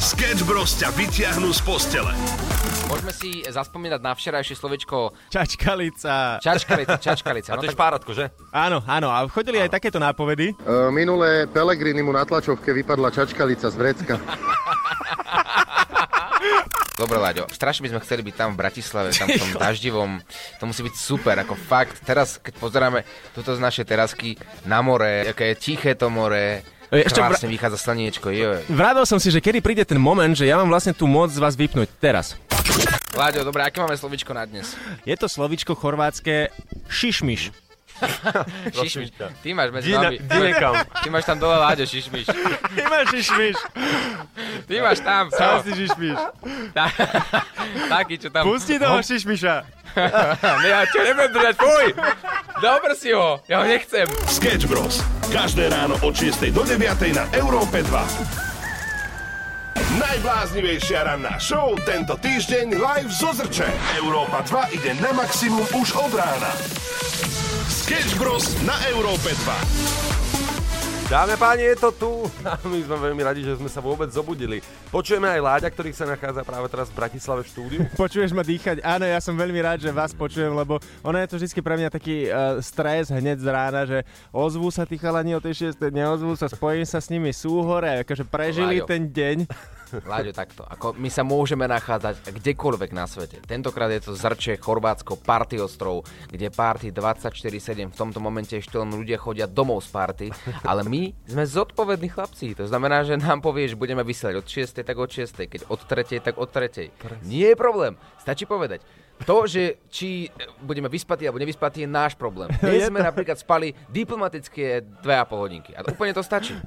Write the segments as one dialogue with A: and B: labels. A: Sketch Bros ťa vyťahnú z postele.
B: Môžeme si zaspomínať na včerajšie slovečko
C: Čačkalica.
B: čačkalica, čačkalica.
D: A to je špáratko, že?
C: Áno, áno, a chodili aj takéto nápovedy.
E: E, Minulé Pelegrini mu na tlačovke vypadla čačkalica z vrecka.
B: Dobre, Láďo, strašne by sme chceli byť tam v Bratislave, tam v tom daždivom. To musí byť super, ako fakt. Teraz, keď pozeráme túto z našej terasky na more, aké je tiché to more,
C: E, ešte
B: krásne vychádza slniečko, joj.
C: Vravel som si, že kedy príde ten moment, že ja mám vlastne tú moc z vás vypnúť teraz.
B: Láďo, dobre, aké máme slovičko na dnes?
C: Je to slovičko chorvátske šišmiš.
B: Šišmiš. Ty máš medzi
D: Dina,
B: nami.
D: dinekam.
B: Ty máš tam dole, Láďo, šišmiš.
C: Ty máš šišmiš,
B: Ty máš tam,
C: tam
B: no,
C: si šišmiš. No.
B: tá- taký, čo tam...
C: Pusti toho šišmiša.
B: Ne, ja čo nebudem držať, fuj! Dobre si ho, ja ho nechcem.
A: Sketch Bros. Každé ráno od 6 do 9 na Európe 2. Najbláznivejšia ranná show tento týždeň live zo Zrče. Európa 2 ide na maximum už od rána. Sketch Bros. na Európe 2.
D: Dámy a páni, je to tu. A my sme veľmi radi, že sme sa vôbec zobudili. Počujeme aj Láďa, ktorý sa nachádza práve teraz v Bratislave v štúdiu.
C: Počuješ ma dýchať? Áno, ja som veľmi rád, že vás počujem, lebo ono je to vždy pre mňa taký uh, stres hneď z rána, že ozvú sa tí chalani o tej 6, neozvú sa, spojím sa s nimi, sú hore, akože prežili
B: Láďo.
C: ten deň.
B: Láďo, takto. Ako my sa môžeme nachádzať kdekoľvek na svete. Tentokrát je to Zrče, Chorvátsko, Party ostrov, kde party 24-7 v tomto momente ešte len ľudia chodia domov z party, ale my sme zodpovední chlapci. To znamená, že nám povieš, budeme vysielať od 6, tak od 6, keď od 3, tak od 3. Nie je problém, stačí povedať. To, že či eh, budeme vyspatí alebo nevyspatí, je náš problém. Dnes sme napríklad spali diplomatické 2,5 hodinky. A úplne to stačí.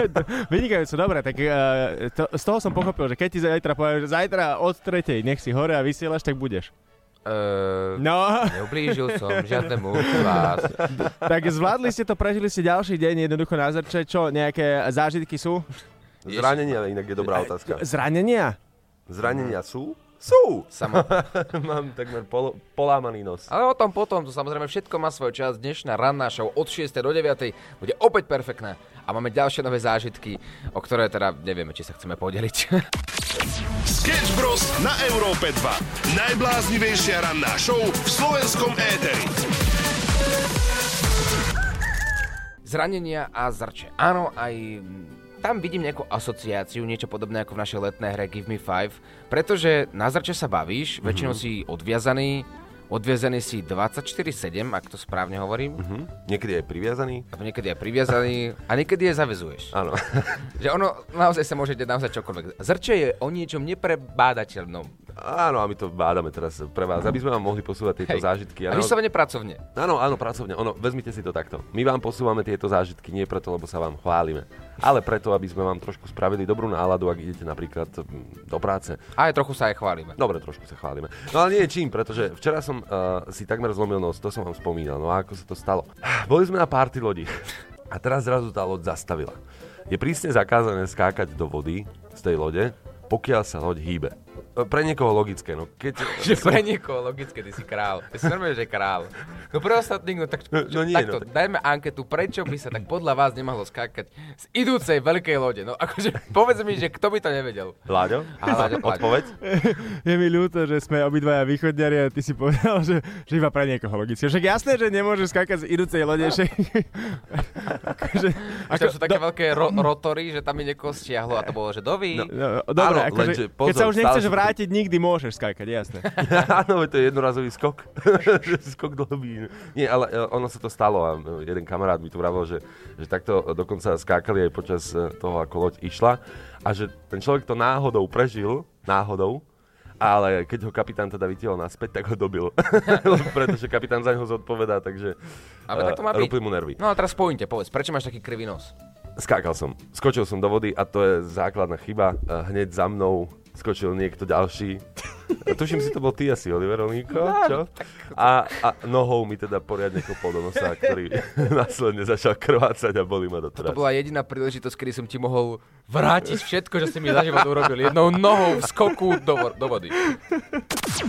C: Vynikajúco, dobre, tak uh, to, z toho som pochopil, že keď ti zajtra poviem, že zajtra od tretej nech si hore a vysielaš, tak budeš.
B: Ehm,
C: No,
B: Neublížil som žiadnemu z vás.
C: tak zvládli ste to, prežili ste ďalší deň, jednoducho na zrče, čo, nejaké zážitky sú?
D: Zranenia inak je dobrá otázka.
C: Zranenia?
D: Zranenia sú? Sú!
B: Samo.
D: Mám takmer polo, polámaný nos.
B: Ale o tom potom, to samozrejme všetko má svoj čas. Dnešná ranná show od 6. do 9. bude opäť perfektná. A máme ďalšie nové zážitky, o ktoré teda nevieme, či sa chceme podeliť.
A: Sketch Bros. na Európe 2. Najbláznivejšia ranná show v slovenskom éteri.
B: Zranenia a zrče. Áno, aj mm, tam vidím nejakú asociáciu, niečo podobné ako v našej letnej hre Give Me Five, pretože na zrče sa bavíš, väčšinou si odviazaný, odviazaný si 24-7, ak to správne hovorím,
D: Hm? Niekedy aj priviazaný?
B: a niekedy je priviazaný a niekedy je zavezuješ.
D: Áno.
B: Že ono, naozaj sa môžete naozaj čokoľvek. Zrče je o niečom neprebádateľnom.
D: Áno, a my to bádame teraz pre vás, aby sme vám mohli posúvať tieto
B: Hej.
D: zážitky.
B: A
D: Áno,
B: vyslovene pracovne.
D: áno, áno, pracovne. Ono, vezmite si to takto. My vám posúvame tieto zážitky nie preto, lebo sa vám chválime, ale preto, aby sme vám trošku spravili dobrú náladu, ak idete napríklad mm, do práce.
B: A aj trochu sa aj chválime.
D: Dobre, trošku sa chválime. No ale nie čím, pretože včera som uh, si takmer zlomil nos, to som vám spomínal. No a ako sa to stalo? Boli sme na párty lodi a teraz zrazu tá loď zastavila. Je prísne zakázané skákať do vody z tej lode, pokiaľ sa loď hýbe. E, Pre niekoho logické, no keď...
B: Že pre niekoho logické, ty si král. Ty si normálne, že král. No pre ostatných, no tak,
D: No, no nie,
B: takto,
D: no.
B: dajme anketu, prečo by sa tak podľa vás nemalo skákať z idúcej veľkej lode. No akože povedz mi, že kto by to nevedel.
D: Láďo,
B: A, Láďo, Láďo.
D: odpoveď?
C: Je mi ľúto, že sme obidvaja východňari a ty si povedal, že, že iba pre niekoho logické. Však jasné, že nemôžeš skákať z idúcej lode. Však... akože,
B: Ako, tam sú také
D: no-
B: veľké ro- rotory, že tam mi niekoho stiahlo a to bolo, že doví. No,
C: No, dobre,
D: Áno,
C: akože,
D: lenže
C: keď sa
D: pozor,
C: už nechceš
D: stále sú-
C: vrátiť, nikdy môžeš skákať, jasné.
D: Áno, veď to je jednorazový skok. skok do hlbín. Nie, ale e, ono sa to stalo a e, jeden kamarát mi tu vravil, že, že takto e, dokonca skákali aj počas e, toho, ako loď išla a že ten človek to náhodou prežil, náhodou, ale keď ho kapitán teda vytiahol naspäť, tak ho dobil. Lebo Pretože kapitán za neho zodpovedá, takže
B: Ale tak to má
D: e,
B: byť.
D: rúpli mu nervy.
B: no a teraz spojnite, povedz, prečo máš taký krivý nos?
D: Skákal som. Skočil som do vody a to je základná chyba. E, Hneď za mnou skočil niekto ďalší. E, Tuším si, to bol ty asi, Oliver Olinko, čo? A, a nohou mi teda poriadne kopol do nosa, ktorý následne začal krvácať a boli ma doteraz.
B: To bola jediná príležitosť, kedy som ti mohol vrátiť všetko, čo si mi za život urobil. Jednou nohou v skoku do, vo- do vody.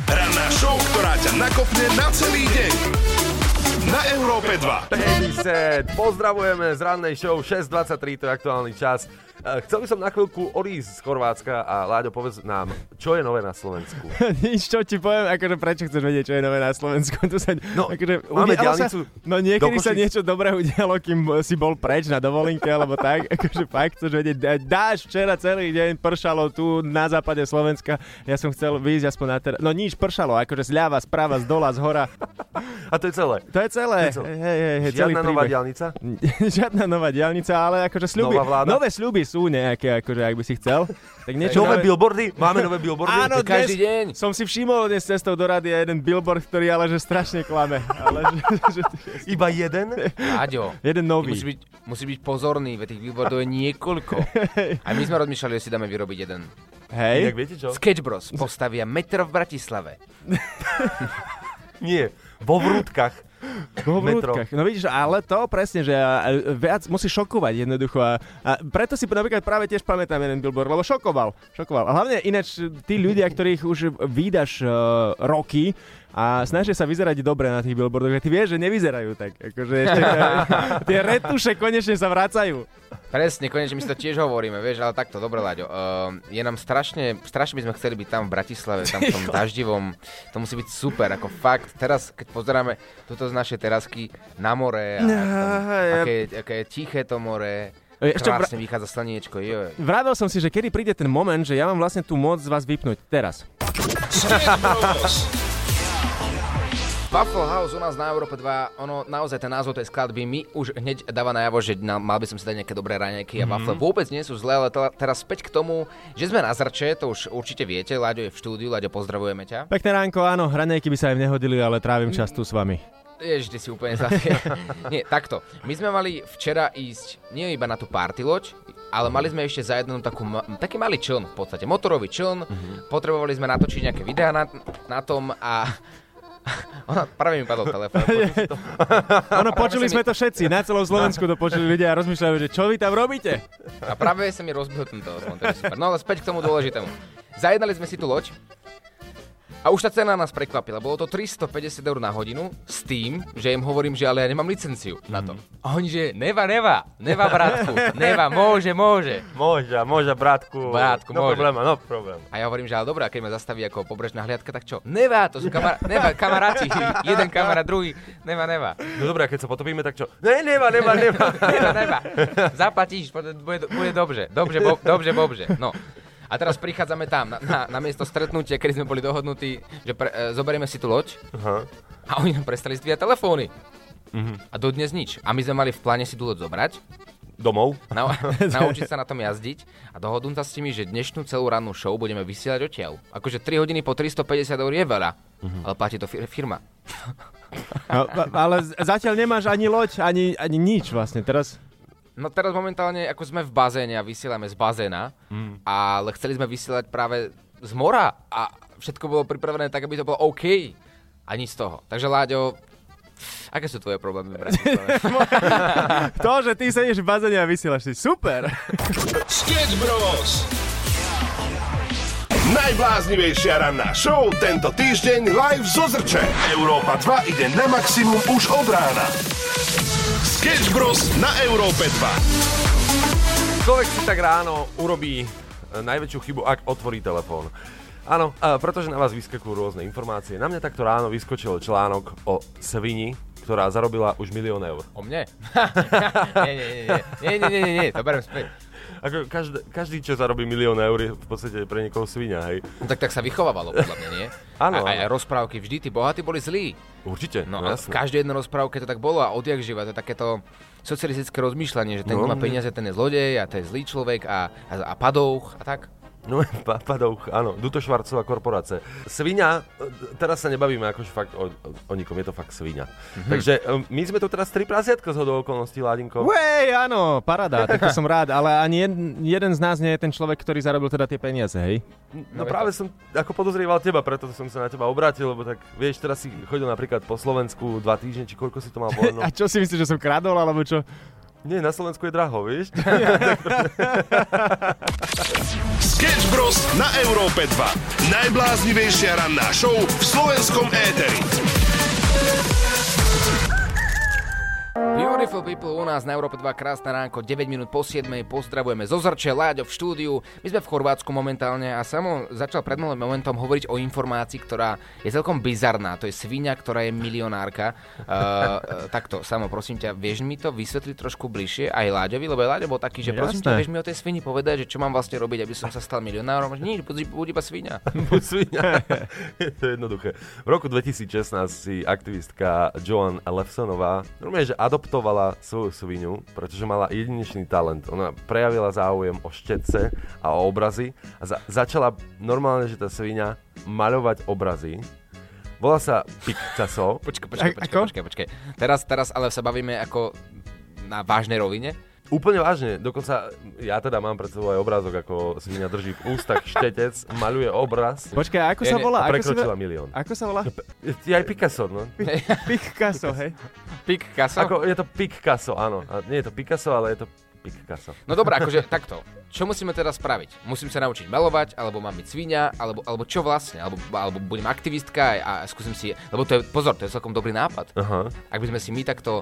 A: Ranná show, ktorá ťa nakopne na celý deň. Na Európe 2.
D: Heavy set. Pozdravujeme z rannej show 6.23, to je aktuálny čas. Eh, Chcel by som na chvíľku odísť z Chorvátska a Láďo, povedz nám, čo je nové na Slovensku?
C: Nič, čo ti poviem, akože prečo chceš vedieť, čo je nové na Slovensku. Tu sa,
D: No,
C: akože,
D: máme
C: udialo
D: diaľnicu
C: Sa, no niekedy
D: do
C: sa
D: Košic.
C: niečo dobré udialo, kým si bol preč na dovolenke, alebo tak. Akože fakt chceš vedieť, dá- dáš včera celý deň, pršalo tu na západe Slovenska. Ja som chcel vyjsť aspoň na terén. No nič, pršalo, akože zľava, správa, z dola, z hora.
D: A to je celé.
C: To je celé.
D: To je celé.
C: Hej, hej, hej, celý
D: Žiadna nová
C: príbeh.
D: diálnica?
C: Žiadna nová diálnica, ale akože sľuby.
D: Nová vláda?
C: Nové sľuby sú nejaké, akože ak by si chcel. Tak niečo
D: Nové billboardy? Máme nové billboardy?
B: To
C: Áno,
B: každý
C: dnes
B: deň.
C: som si všimol dnes cestou do rady jeden billboard, ktorý ale že strašne klame. Ale že, že,
D: Iba jeden?
B: Láďo,
C: jeden nový.
B: musí byť, musí byť pozorný, ve tých billboardov je niekoľko. A my sme rozmýšľali, že si dáme vyrobiť jeden.
C: Hej,
D: Inak viete čo?
B: Sketch Bros postavia meter v Bratislave.
D: Nie, vo vrútkach.
C: vo
D: metro.
C: vrútkach. No vidíš, ale to presne, že a, a, viac musí šokovať jednoducho. A, a preto si napríklad práve tiež pamätám jeden billboard, lebo šokoval. šokoval. A hlavne ináč tí ľudia, ktorých už vydaš uh, roky, a snažia sa vyzerať dobre na tých billboardoch. A ty vieš, že nevyzerajú tak. Akože ešte tie retuše konečne sa vracajú.
B: Presne, konečne my si to tiež hovoríme, vieš, ale takto, dobre, Láďo. Uh, je nám strašne, strašne by sme chceli byť tam v Bratislave, tam v tom daždivom. To musí byť super, ako fakt. Teraz, keď pozeráme túto z našej terasky na more, a
C: No,
B: jak tam,
C: ja-
B: aké, aké je tiché to more,
C: E, ešte bra-
B: krásne vychádza slniečko, jo.
C: Vravel som si, že kedy príde ten moment, že ja mám vlastne tú moc z vás vypnúť. Teraz.
B: Buffalo House u nás na Európe 2, ono naozaj ten názov tej skladby mi už hneď dáva najavo, že na, mal by som si dať nejaké dobré raňajky a
C: Mhm.
B: wafle vôbec nie sú zlé, ale tela- teraz späť k tomu, že sme na zrče, to už určite viete, Láďo je v štúdiu, Láďo pozdravujeme ťa.
C: Pekné ránko, áno, hranejky by sa im nehodili, ale trávim čas tu s vami.
B: Ježiš, ty si úplne zlatý. nie, takto, my sme mali včera ísť nie iba na tú party loď, ale mali sme ešte za jednu takú, ma- taký malý čln v podstate, motorový čln, potrebovali sme natočiť nejaké videá na, na tom a ona, práve mi padol telefón.
C: Ono, počuli
B: sa mi-
C: sme to všetci, na celom Slovensku to počuli ľudia a rozmýšľajú, že čo vy tam robíte?
B: A práve sa mi rozbil tento telefón, to je super. No ale späť k tomu dôležitému. Zajednali sme si tú loď a už tá cena nás prekvapila. Bolo to 350 eur na hodinu s tým, že im hovorím, že ale ja nemám licenciu na to. A oni, že neva, neva, neva, bratku, neva, môže, môže.
D: Môža, môža, bratku.
B: Bratku,
D: no
B: môža.
D: problém, no problém.
B: A ja hovorím, že ale dobré, a keď ma zastaví ako pobrežná hliadka, tak čo? Neva, to sú kamar- neva, kamaráti, jeden kamarát, druhý, neva, neva.
D: No dobré, a keď sa potopíme, tak čo? Ne, nema, nema, nema.
B: Neba, neba. Zaplatíš, bude, bude- bude dobře. Dobře, bo, dobře, bobže. No. A teraz prichádzame tam, na, na, na miesto stretnutia, kedy sme boli dohodnutí, že pre, e, zoberieme si tú loď
D: Aha.
B: a oni nám prestali zdvíjať telefóny. A dodnes nič. A my sme mali v pláne si tú loď zobrať,
D: Domov?
B: nau, naučiť sa na tom jazdiť a dohodnúť sa s nimi, že dnešnú celú rannú show budeme vysielať odtiaľ. Akože 3 hodiny po 350 eur je veľa, ale platí to fir- firma.
C: No, a- ale z- zatiaľ nemáš ani loď, ani, ani nič vlastne. Teraz
B: No teraz momentálne, ako sme v bazéne a vysielame z bazéna,
D: Mm.
B: ale chceli sme vysielať práve z mora a všetko bolo pripravené tak, aby to bolo OK. A nič z toho. Takže Láďo, aké sú tvoje problémy v Bratislave?
C: to, že ty sedíš v bazéne a vysielaš si, super.
A: Sketch Bros. Najbláznivejšia ranná show tento týždeň live zo Zrče. Európa 2 ide na maximum už od rána. Sketch Bros. na Európe 2.
D: Človek si tak ráno urobí e, najväčšiu chybu, ak otvorí telefón. Áno, e, pretože na vás vyskakujú rôzne informácie. Na mňa takto ráno vyskočil článok o svini, ktorá zarobila už milión eur.
B: O mne? nie, nie, nie, nie, nie, nie, nie, nie, to berem späť.
D: Ako každý, každý, čo zarobí milión eur, je v podstate pre niekoho svinia, hej.
B: No tak, tak sa vychovávalo, podľa mňa, nie? A,
D: Áno,
B: aj
D: áno.
B: rozprávky, vždy tí bohatí boli zlí.
D: Určite,
B: No a v
D: jasné.
B: každej jednej rozprávke to tak bolo a odjak živa, to je takéto socialistické rozmýšľanie, že ten, kto
D: No,
B: má peniaze, ten je zlodej a ten je zlý človek a, a, a padouch a tak.
D: No, pa- padouch, áno, Duto Švarcová korporácia. Svinia, e, teraz sa nebavíme akože fakt o, o, o nikom, je to fakt svinia. Takže e, my sme tu teraz tri prasiatka z hodou okolností, Ládinko.
C: Uej, áno, parada, tak to som rád, ale ani jeden, jeden z nás nie je ten človek, ktorý zarobil teda tie peniaze, hej?
D: No práve som ako podozrieval teba, preto som sa na teba obrátil, lebo tak vieš, teraz si chodil napríklad po Slovensku dva týždne, či koľko si to mal voľno.
C: A čo si myslíš, že som kradol, alebo čo?
D: Nie, na Slovensku je draho, vieš?
A: Sketch Bros. na Európe 2. Najbláznivejšia ranná show v slovenskom éteri.
B: Beauty Beautiful people u nás na Európe 2 krásne ránko, 9 minút po 7. Pozdravujeme zo Zrče, Láďo v štúdiu. My sme v Chorvátsku momentálne a samo začal pred malým momentom hovoriť o informácii, ktorá je celkom bizarná. To je svinia, ktorá je milionárka. Uh, takto, samo prosím ťa, vieš mi to vysvetliť trošku bližšie aj Láďovi, lebo aj Láďo bol taký, že prosím
C: No Jasné.
B: ťa, vieš mi o tej svini povedať, že čo mám vlastne robiť, aby som sa stal milionárom. Že Nič, buď, buď iba svinia.
D: Buď svinia. je to jednoduché. V roku 2016 si aktivistka Joan Lefsonová normálne, že adoptovala svoju svinu, pretože mala jedinečný talent. Ona prejavila záujem o štetce a o obrazy a za- začala normálne, že tá svinia maľovať obrazy. Volá sa Picasso.
B: Počkaj, počkaj,
C: A-
B: počkaj,
C: ako?
B: počkaj, počkaj. Teraz, teraz ale sa bavíme ako na vážnej rovine.
D: Úplne vážne, dokonca ja teda mám pred sebou aj obrázok, ako svinia drží v ústach štetec, maľuje obraz
C: Počkaj, a ako
B: Nie,
C: sa
B: nie,
C: volá?
D: a
C: Ako sa,
D: prekročila
C: volá-
D: milión.
C: ako sa volá?
D: Je aj Picasso, no.
C: Picasso, hej.
B: Pik, kasa.
D: Ako, je to Picasso, áno. A nie je to Picasso, ale je to Picasso.
B: No dobrá, akože takto. Čo musíme teraz spraviť? Musím sa naučiť malovať, alebo mám byť svinia, alebo, alebo čo vlastne? Alebo, alebo budem aktivistka a, a skúsim si... Lebo to je, pozor, to je celkom dobrý nápad.
D: Aha.
B: Ak by sme si my takto...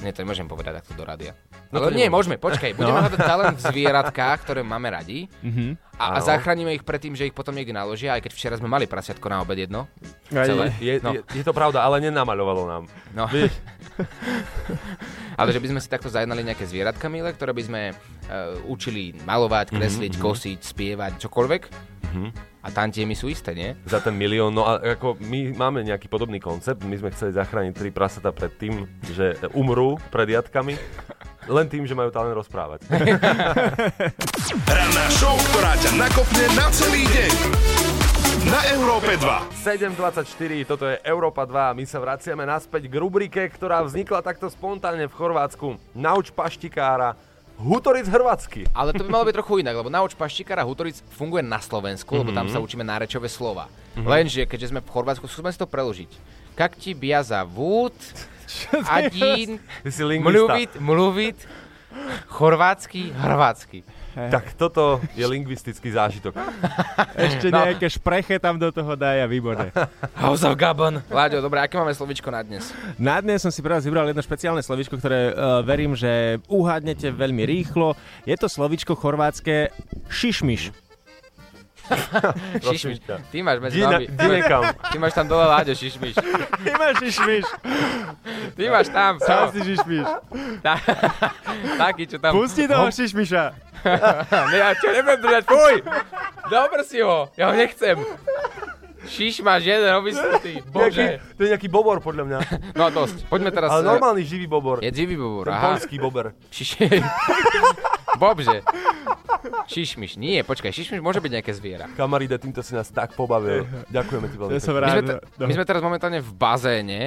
B: Nie, to nemôžem povedať takto do rádia.
D: No
B: No
D: to No.
B: Ale nie,
D: nemôžeš.
B: môžeme, počkaj. Budeme hľadať talent v zvieratkách, ktoré máme radi. A, a
D: Mhm. Áno.
B: zachránime ich pred tým, že ich potom niekde naložia, aj keď včera sme mali prasiatko na obed jedno. Celé.
D: Je,
B: No.
D: je, je to pravda, ale nenamaľovalo nám.
B: No.
D: Vieš,
B: Ale že by sme si takto zajednali nejaké zvieratka milé, ktoré by sme e, učili malovať, kresliť, mm-hmm. kosiť, spievať, čokoľvek. Mm-hmm. A tantiemy sú isté, nie?
D: za ten milión. No a ako my máme nejaký podobný koncept. My sme chceli zachrániť tri prasata pred tým, že umrú pred jatkami. Len tým, že majú talent rozprávať.
A: Ranná show, ktorá ťa nakopne na celý deň. Na Európe 2.
D: 7.24, toto je Európa 2 a my sa vraciame naspäť k rubrike, ktorá vznikla takto spontánne v Chorvátsku. Nauč paštikára Hutoric Hrvatsky.
B: Ale to by malo byť trochu inak, lebo nauč paštikára Hutoric funguje na Slovensku, mm-hmm. lebo tam sa učíme nárečové slova. Mm-hmm. Lenže, keďže sme v Chorvátsku, skúsme si to preložiť. Kak ti biaza vút, adín,
D: Ty si lingvista.
B: mluvit, mluvit, chorvátsky, hrvátsky.
D: Tak toto je lingvistický zážitok.
C: Ešte
B: No.
C: nejaké špreche tam do toho daj a výborné.
B: House of Gabon. Láďo, dobre, aké máme slovičko na dnes?
C: Na dnes som si pre vás vybral jedno špeciálne slovičko, ktoré uh, verím, že uhádnete veľmi rýchlo. Je to slovičko chorvátske šišmiš.
B: Šišmiš.
D: Prosím ťa.
B: Ty máš medzi
D: Dina,
B: nami.
D: dinekam.
B: Ty máš tam dole Láďo Šišmiš.
C: Ty máš šišmiš,
B: Ty máš tam.
C: tam
B: No,
C: si šišmiš.
B: tá, taký, čo tam...
C: Pusti toho šišmiša.
B: Ne, ja čo nebudem držať, fuj! Dobr si ho, ja ho nechcem. Šiš máš jeden obysnutý, bože.
D: Nejaký, to je nejaký bobor podľa mňa.
B: No a dosť, poďme teraz...
D: Ale
B: eh,
D: normálny živý bobor.
B: Je živý bobor,
D: Ten
B: aha.
D: polský bober.
B: Šiš... Bobže. Šišmiš, nie, počkaj, šišmiš môže byť nejaké zviera.
D: Kamaride, týmto si nás tak pobavil. Ďakujeme ti veľmi.
C: Ja som
B: My sme,
D: pekne.
C: rád. No.
B: te,
D: no.
B: my sme teraz momentálne v bazéne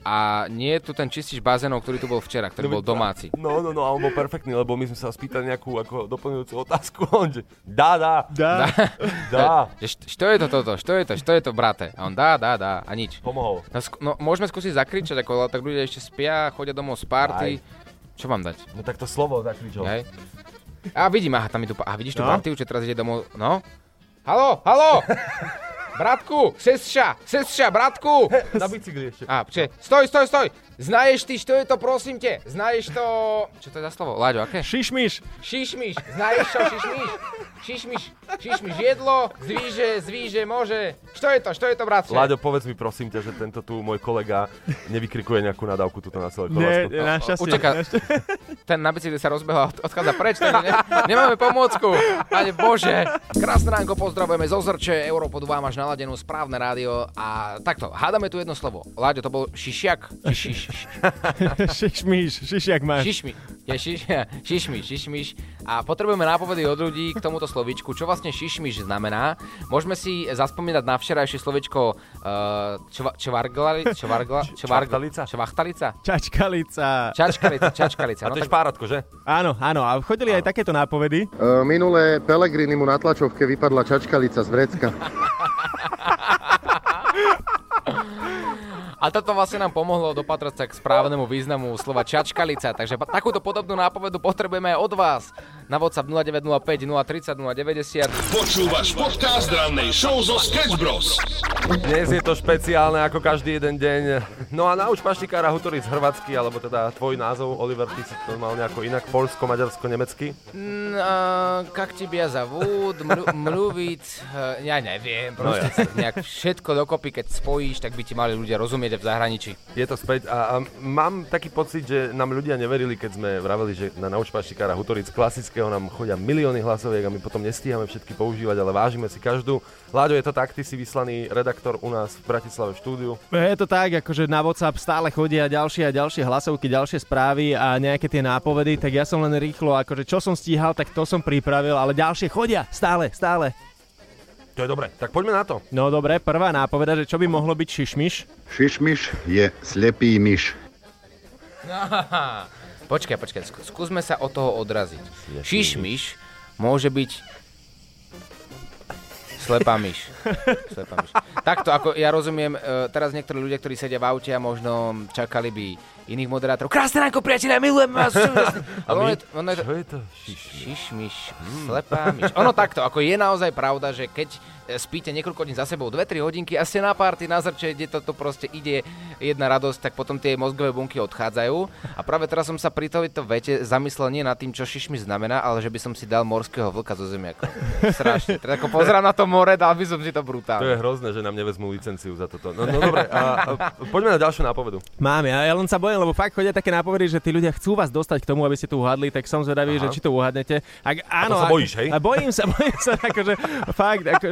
B: a nie je tu ten čistič bazénov, ktorý tu bol včera, ktorý bol domáci.
D: No, no, no, a on bol perfektný, lebo my sme sa spýtali nejakú ako doplňujúcu otázku. On že, dá, dá,
C: Dá.
D: dá.
B: Že, št- što je to toto, što je to, što je to, brate? A on dá, dá, dá a nič.
D: Pomohol.
B: No, sk- no môžeme skúsiť zakričať, ako, tak ľudia ešte spia, chodia domov z party.
D: Aj.
B: Čo mám dať?
D: No tak to slovo zakričal.
B: Hej. A vidím, aha, tam je tu, pa- a vidíš tú
C: No.
B: partiu, čo teraz ide domov, no. Halo, halo! Bratku, sesša, sesša, bratku!
D: Na bicykli ešte.
B: A, če, stoj, stoj, stoj! Znaješ ty, što je to, prosím te? Znaješ to... Čo to je za slovo? Láďo, aké?
C: Šišmiš.
B: Šišmiš, znaješ čo, šišmiš? Šišmiš, šišmiš jedlo, zvíže, zvíže, môže. Što je to, što je to, bratče?
D: Láďo, povedz mi prosím ťa, že tento tu môj kolega nevykrikuje nejakú nadávku tuto na celé
C: Nie,
D: Chorvátsko.
C: našťastie.
B: Uteká.
C: našťastie.
B: ten na bicykli sa rozbehol a od- odchádza preč, takže ne, nemáme pomôcku. Pane Bože. Krásne ránko, pozdravujeme zo Zrče, Európo 2 máš naladenú správne rádio a takto, hádame tu jedno slovo. Láďo, to bol šišiak, či šiš,
C: šišmiš, šišiak
D: Eh.
C: máš.
B: šišmi, je šiš, šišmiš, šišmiš a potrebujeme nápovedy od ľudí k tomuto slovičku, čo vlastne šišmiš znamená. Môžeme si zaspomínať na včerajšie slovičko uh, čva, čvargla, čvargla,
D: čvachtalica?
B: čvargla, čvachtalica,
C: Čačkalica.
B: čačkalica, čačkalica.
D: A
B: No
D: to je
B: tak
D: špárotko, že?
C: Áno, áno, a chodili aj takéto nápovedy.
E: E, Minulé Pelegrini mu na tlačovke vypadla čačkalica z vrecka.
B: A toto vlastne nám pomohlo dopatrať sa k správnemu významu slova čačkalica, takže pa- takúto podobnú nápovedu potrebujeme aj od vás. na WhatsApp 0905 030 090.
A: Počúvaš podcast rannej show zo Sketch Bros.
D: Dnes je to špeciálne ako každý jeden deň. No a nauč paštikára Hutoric hrvatsky, alebo teda tvoj názov, Oliver, ty si to mal nejako inak, polsko, maďarsko, nemecky.
B: Mm, a, kak ti ja zavúd, mlu- mluviť, e, ja neviem, proste
D: jasne.
B: no, nejak všetko dokopy, keď spojíš, tak by ti mali ľudia rozumieť aj v zahraničí.
D: Je to späť a, a mám taký pocit, že nám ľudia neverili, keď sme vraveli, že na nauč paštikára Hutoric klasického nám chodia milióny hlasoviek a my potom nestíhame všetky používať, ale vážime si každú. Láďo, je to tak, ty si vyslaný redaktor u nás v Bratislave v štúdiu.
C: Je to tak, akože na WhatsApp stále chodia ďalšie a ďalšie hlasovky, ďalšie správy a nejaké tie nápovedy, tak ja som len rýchlo, akože čo som stíhal, tak to som pripravil, ale ďalšie chodia, stále, stále.
D: To je dobre, tak poďme na to.
C: No dobre, prvá nápoveda, že čo by mohlo byť šišmiš?
E: Šišmiš je slepý myš.
B: Počkaj, počkaj, skú- skúsme sa od toho odraziť. Šišmiš môže byť slepá myš. Slepá myš. Takto, ako ja rozumiem, e, teraz niektorí ľudia, ktorí sedia v aute a možno čakali by iných moderátorov. Krásne ránko, priatelia, milujem vás. sú úžasní." Ale ono No, je, to- ono je to,
D: Čo je to? Šiš.
B: Šišmiš, slepá myš. Ono takto, ako je naozaj pravda, že keď e, spíte niekoľko dní za sebou, 2-3 hodinky a ste na párty, na zrče, kde toto proste ide jedna radosť, tak potom tie mozgové bunky odchádzajú. A práve teraz som sa pri tejto vete zamyslel nie nad tým, čo šišmiš znamená, ale že by som si dal morského vlka zo zemiakov. Strašne. Teda ako pozerám na to more, dal by som si to
D: To
B: brutálne.
D: je hrozné, že nám nevezmú licenciu za toto. No, no dobre, a, a, poďme na ďalšiu nápovedu.
C: Mám, ja, ja len sa bojím, lebo fakt chodia také nápovedy, že tí ľudia chcú vás dostať k tomu, aby ste to uhadli, tak som zvedavý, že či to uhadnete. Ak, áno,
D: sa
C: ak-
D: bojíš, hej?
C: A bojím sa, bojím sa, akože fakt. Ako,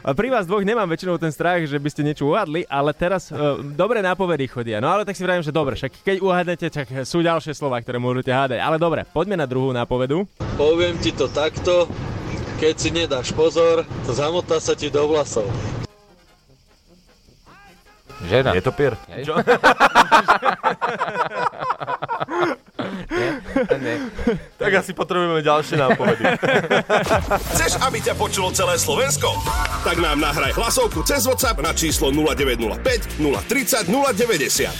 C: a pri vás dvoch nemám väčšinou ten strach, že by ste niečo uhadli, ale teraz uh, dobre nápovedy chodia. No ale tak si vravím, že dobre, však keď uhadnete, tak sú ďalšie slova, ktoré môžete hádať. Ale dobre, poďme na druhú nápovedu.
F: Poviem ti to takto, keď si nedáš pozor, zamotá sa ti do vlasov.
B: Žena.
D: Je to pier?
B: Hej.
D: Čo?
B: Nie.
D: Tak asi potrebujeme ďalšie nápovedy.
A: Chceš, aby ťa počulo celé Slovensko? Tak nám nahraj hlasovku cez WhatsApp na číslo 0905 030 090.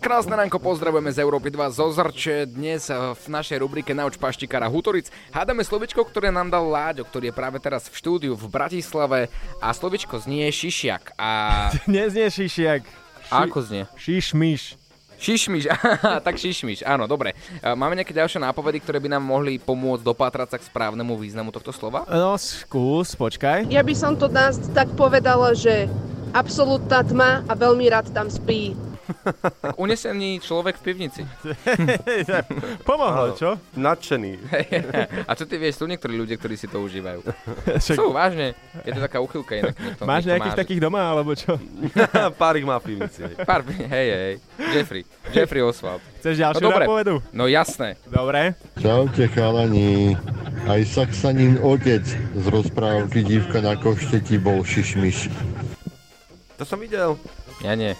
B: Krásne ránko, pozdravujeme z Európy 2 zo Zrče. Dnes eh, v našej rubrike Nauč paštikára Hutoric hádame slovičko, ktoré nám dal Láďo, ktorý je práve teraz v štúdiu v Bratislave a slovičko znie šišiak. A,
C: Dnes nie šišiak.
B: a ako znie?
C: Šišmiš.
B: Šišmiš, aha, tak šišmiš, áno, dobre. E, Máme nejaké ďalšie nápovedy, ktoré by nám mohli pomôcť dopatrať sa k správnemu významu tohto slova?
C: No skús, počkaj.
G: Ja by som to nás tak povedala, že absolútna tma a veľmi rád tam spí.
B: Tak unesený človek v pivnici.
C: Pomohlo, čo?
D: Nadšený.
B: A čo ty vieš, sú niektorí ľudia, ktorí si to užívajú.
C: Však-
B: Sú, vážne. Je to taká uchylka inak. niekto-
C: Máš
B: niekto
C: nejakých
B: má, že-
C: takých doma, alebo čo?
D: Párik má v pivnici. hej.
B: Pár, hej, hej, hej. Jeffrey, Jeffrey Oswald.
C: Chceš ďalšiu
B: dobre.
C: nápovedu?
B: No jasné.
C: Dobre.
E: Čaute chalani. Aj Saxanin otec z rozprávky Dívka na košteti bol šišmiš.
D: To som videl.
B: Ja nie.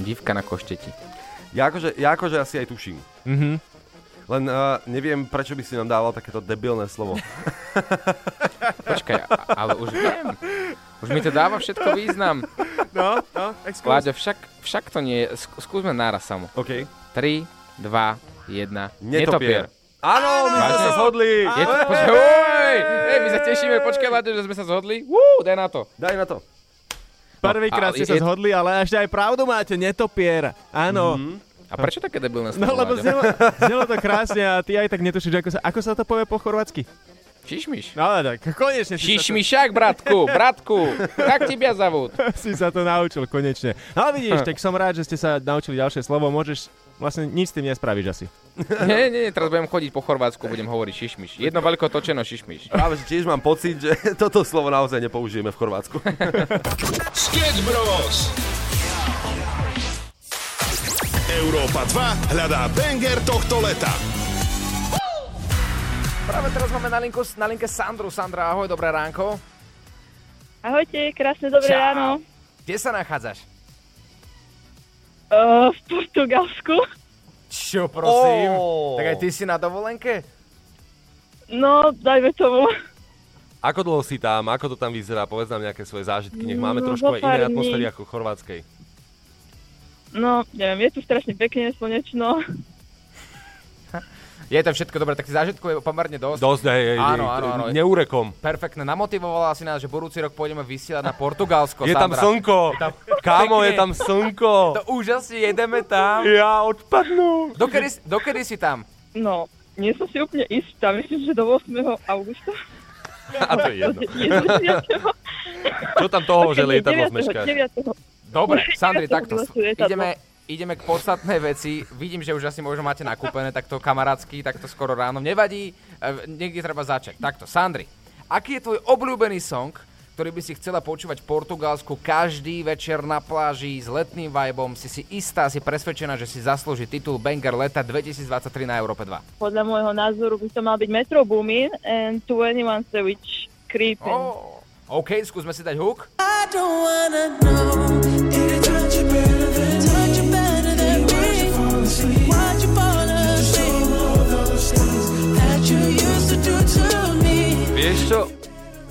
B: Dívka na košteti.
D: Ja akože, ja akože asi aj tuším. Mhm. Len uh, neviem, prečo by si nám dával takéto debilné slovo.
B: Počkaj, a- ale už viem. Už mi to dáva všetko význam.
C: No, no, tak skús.
B: Láďo, však, však to nie je. Sk- skúsme naraz samo.
D: OK.
B: 3, 2, 1.
D: Netopier. Áno, my sme sa zhodli.
B: Je to, počkaj, oj, hej, my sa tešíme, počkaj, Láďo, že sme sa zhodli. Wú, daj na to.
D: Daj na to.
C: Prvýkrát
B: a-
C: ste
B: je-
C: sa
B: je-
C: zhodli, ale ešte aj pravdu máte, netopier. Áno.
B: A prečo také debilné slovo,
C: No lebo
B: Láďo?
C: znelo, znelo to krásne a ty aj tak netušíš, ako sa, ako sa to povie po chorvátsky.
B: Šišmiš.
C: No ale tak, konečne si sa, to,
B: Šišmišak, bratku, bratku. Tak tebia zavúd.
C: si sa to naučil, konečne. No, Ale vidíš, tak som rád, že ste sa naučili ďalšie slovo, môžeš vlastne nič s tým nespravíš asi.
B: Nie, nie, nie, teraz budem chodiť po Chorvátsku, budem hovoriť šišmiš. Jedno veľko točeno šišmiš.
D: Práve, že tiež mám pocit, že toto slovo naozaj nepoužijeme v Chorvátsku.
A: Sketch Bros. Európa 2 hľadá banger tohto leta.
B: Práve teraz máme na, linku, na linke Sandru. Sandra, ahoj, dobré ránko.
H: Ahojte, krásne dobré
B: Čau.
H: ráno. E,
B: Kde sa nachádzaš?
H: Uh, v Portugalsku.
B: Čo,
D: No,
B: prosím?
D: Ó.
B: Tak aj ty si na dovolenke?
H: No, dajme tomu.
D: Ako dlho si tam, ako to tam vyzerá, povedz nám nejaké svoje zážitky, nech máme
H: No,
D: trošku
H: zo
D: aj
H: pár
D: iné
H: dní.
D: atmosféry ako v chorvátskej.
H: No, neviem, je tu strašne pekne, slnečno.
B: Je to všetko dobré, tak si zážitkuje pomerne dosť.
D: Dosť, hej, hej,
B: Áno,
D: hej,
B: áno, áno.
D: neurekom.
B: Perfektne, namotivovala si nás, že budúci rok pôjdeme vysielať na Portugalsko.
D: Je tam
B: Sandra.
D: slnko, kámo,
B: Pekne.
D: je tam slnko.
B: To úžasne, jedeme tam.
D: Ja odpadnú.
B: Dokedy, si- dokedy si tam?
H: No, nie som si úplne istá, myslím, že do 8. augusta.
D: A to je jedno.
H: Nie som si istá.
D: Čo tam toho, že lietadlo
H: 9.,
D: zmeškáš?
H: 9.
B: Dobre,
H: Určite
B: Sandri,
H: som
B: takto
H: zase lietadlo.
B: ideme, ideme k podstatnej veci. Vidím, že už asi možno máte nakúpené takto kamarátsky, takto skoro ráno. Nevadí, eh, niekde treba začať. Takto, Sandri, aký je tvoj obľúbený song, ktorý by si chcela počúvať v Portugalsku každý večer na pláži s letným vibom? Si si istá, si presvedčená, že si zaslúži titul Banger leta 2023 na Európe 2.
H: Podľa môjho názoru by to mal byť Metro Boomin and 21 Savage Creepin'.
B: Oh, OK, skúsme si dať hook.
D: Vieš čo,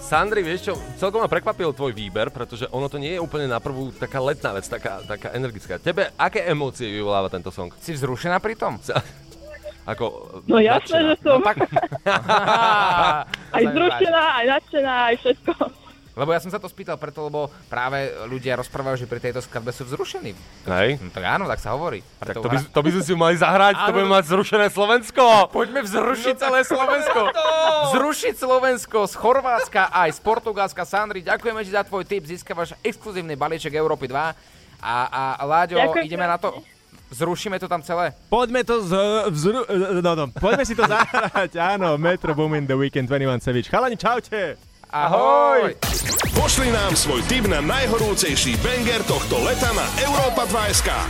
D: Sandri, vieš čo, celkom ma prekvapil tvoj výber, pretože ono to nie je úplne na prvú taká letná vec, taká, taká energická. Tebe, aké emócie vyvoláva tento song?
B: Si vzrušená pri tom?
D: Sa- Ako,
H: No jasné, že
D: nadšená.
H: som.
B: Aj
H: Aj zrušená, aj nadšená, aj všetko.
B: Lebo ja som sa to spýtal preto, lebo práve ľudia rozprávajú, že pri tejto skladbe sú vzrušení.
D: Hej.
B: No tak áno, tak sa hovorí.
D: Tak
B: Preto
D: to by, to by sme si mali zahrať, to
B: Áno.
D: budeme mať zrušené Slovensko.
B: Poďme vzrušiť celé Slovensko. Zrušiť Slovensko z Chorvátska aj z Portugalska. Sandri, ďakujeme ti za tvoj tip. Získavaš exkluzívny balíček Európy 2. A, a Láďo,
H: Ďakujem
B: ideme na to. Zrušíme to tam celé.
C: Poďme to z, vzru, no, no, poďme si to zahrať, áno, Metro Boomin The Weekend 21 Savage. Chalani, čaute!
B: Ahoj!
A: Pošli nám svoj tip na najhorúcejší banger tohto leta na Európa 2 SK.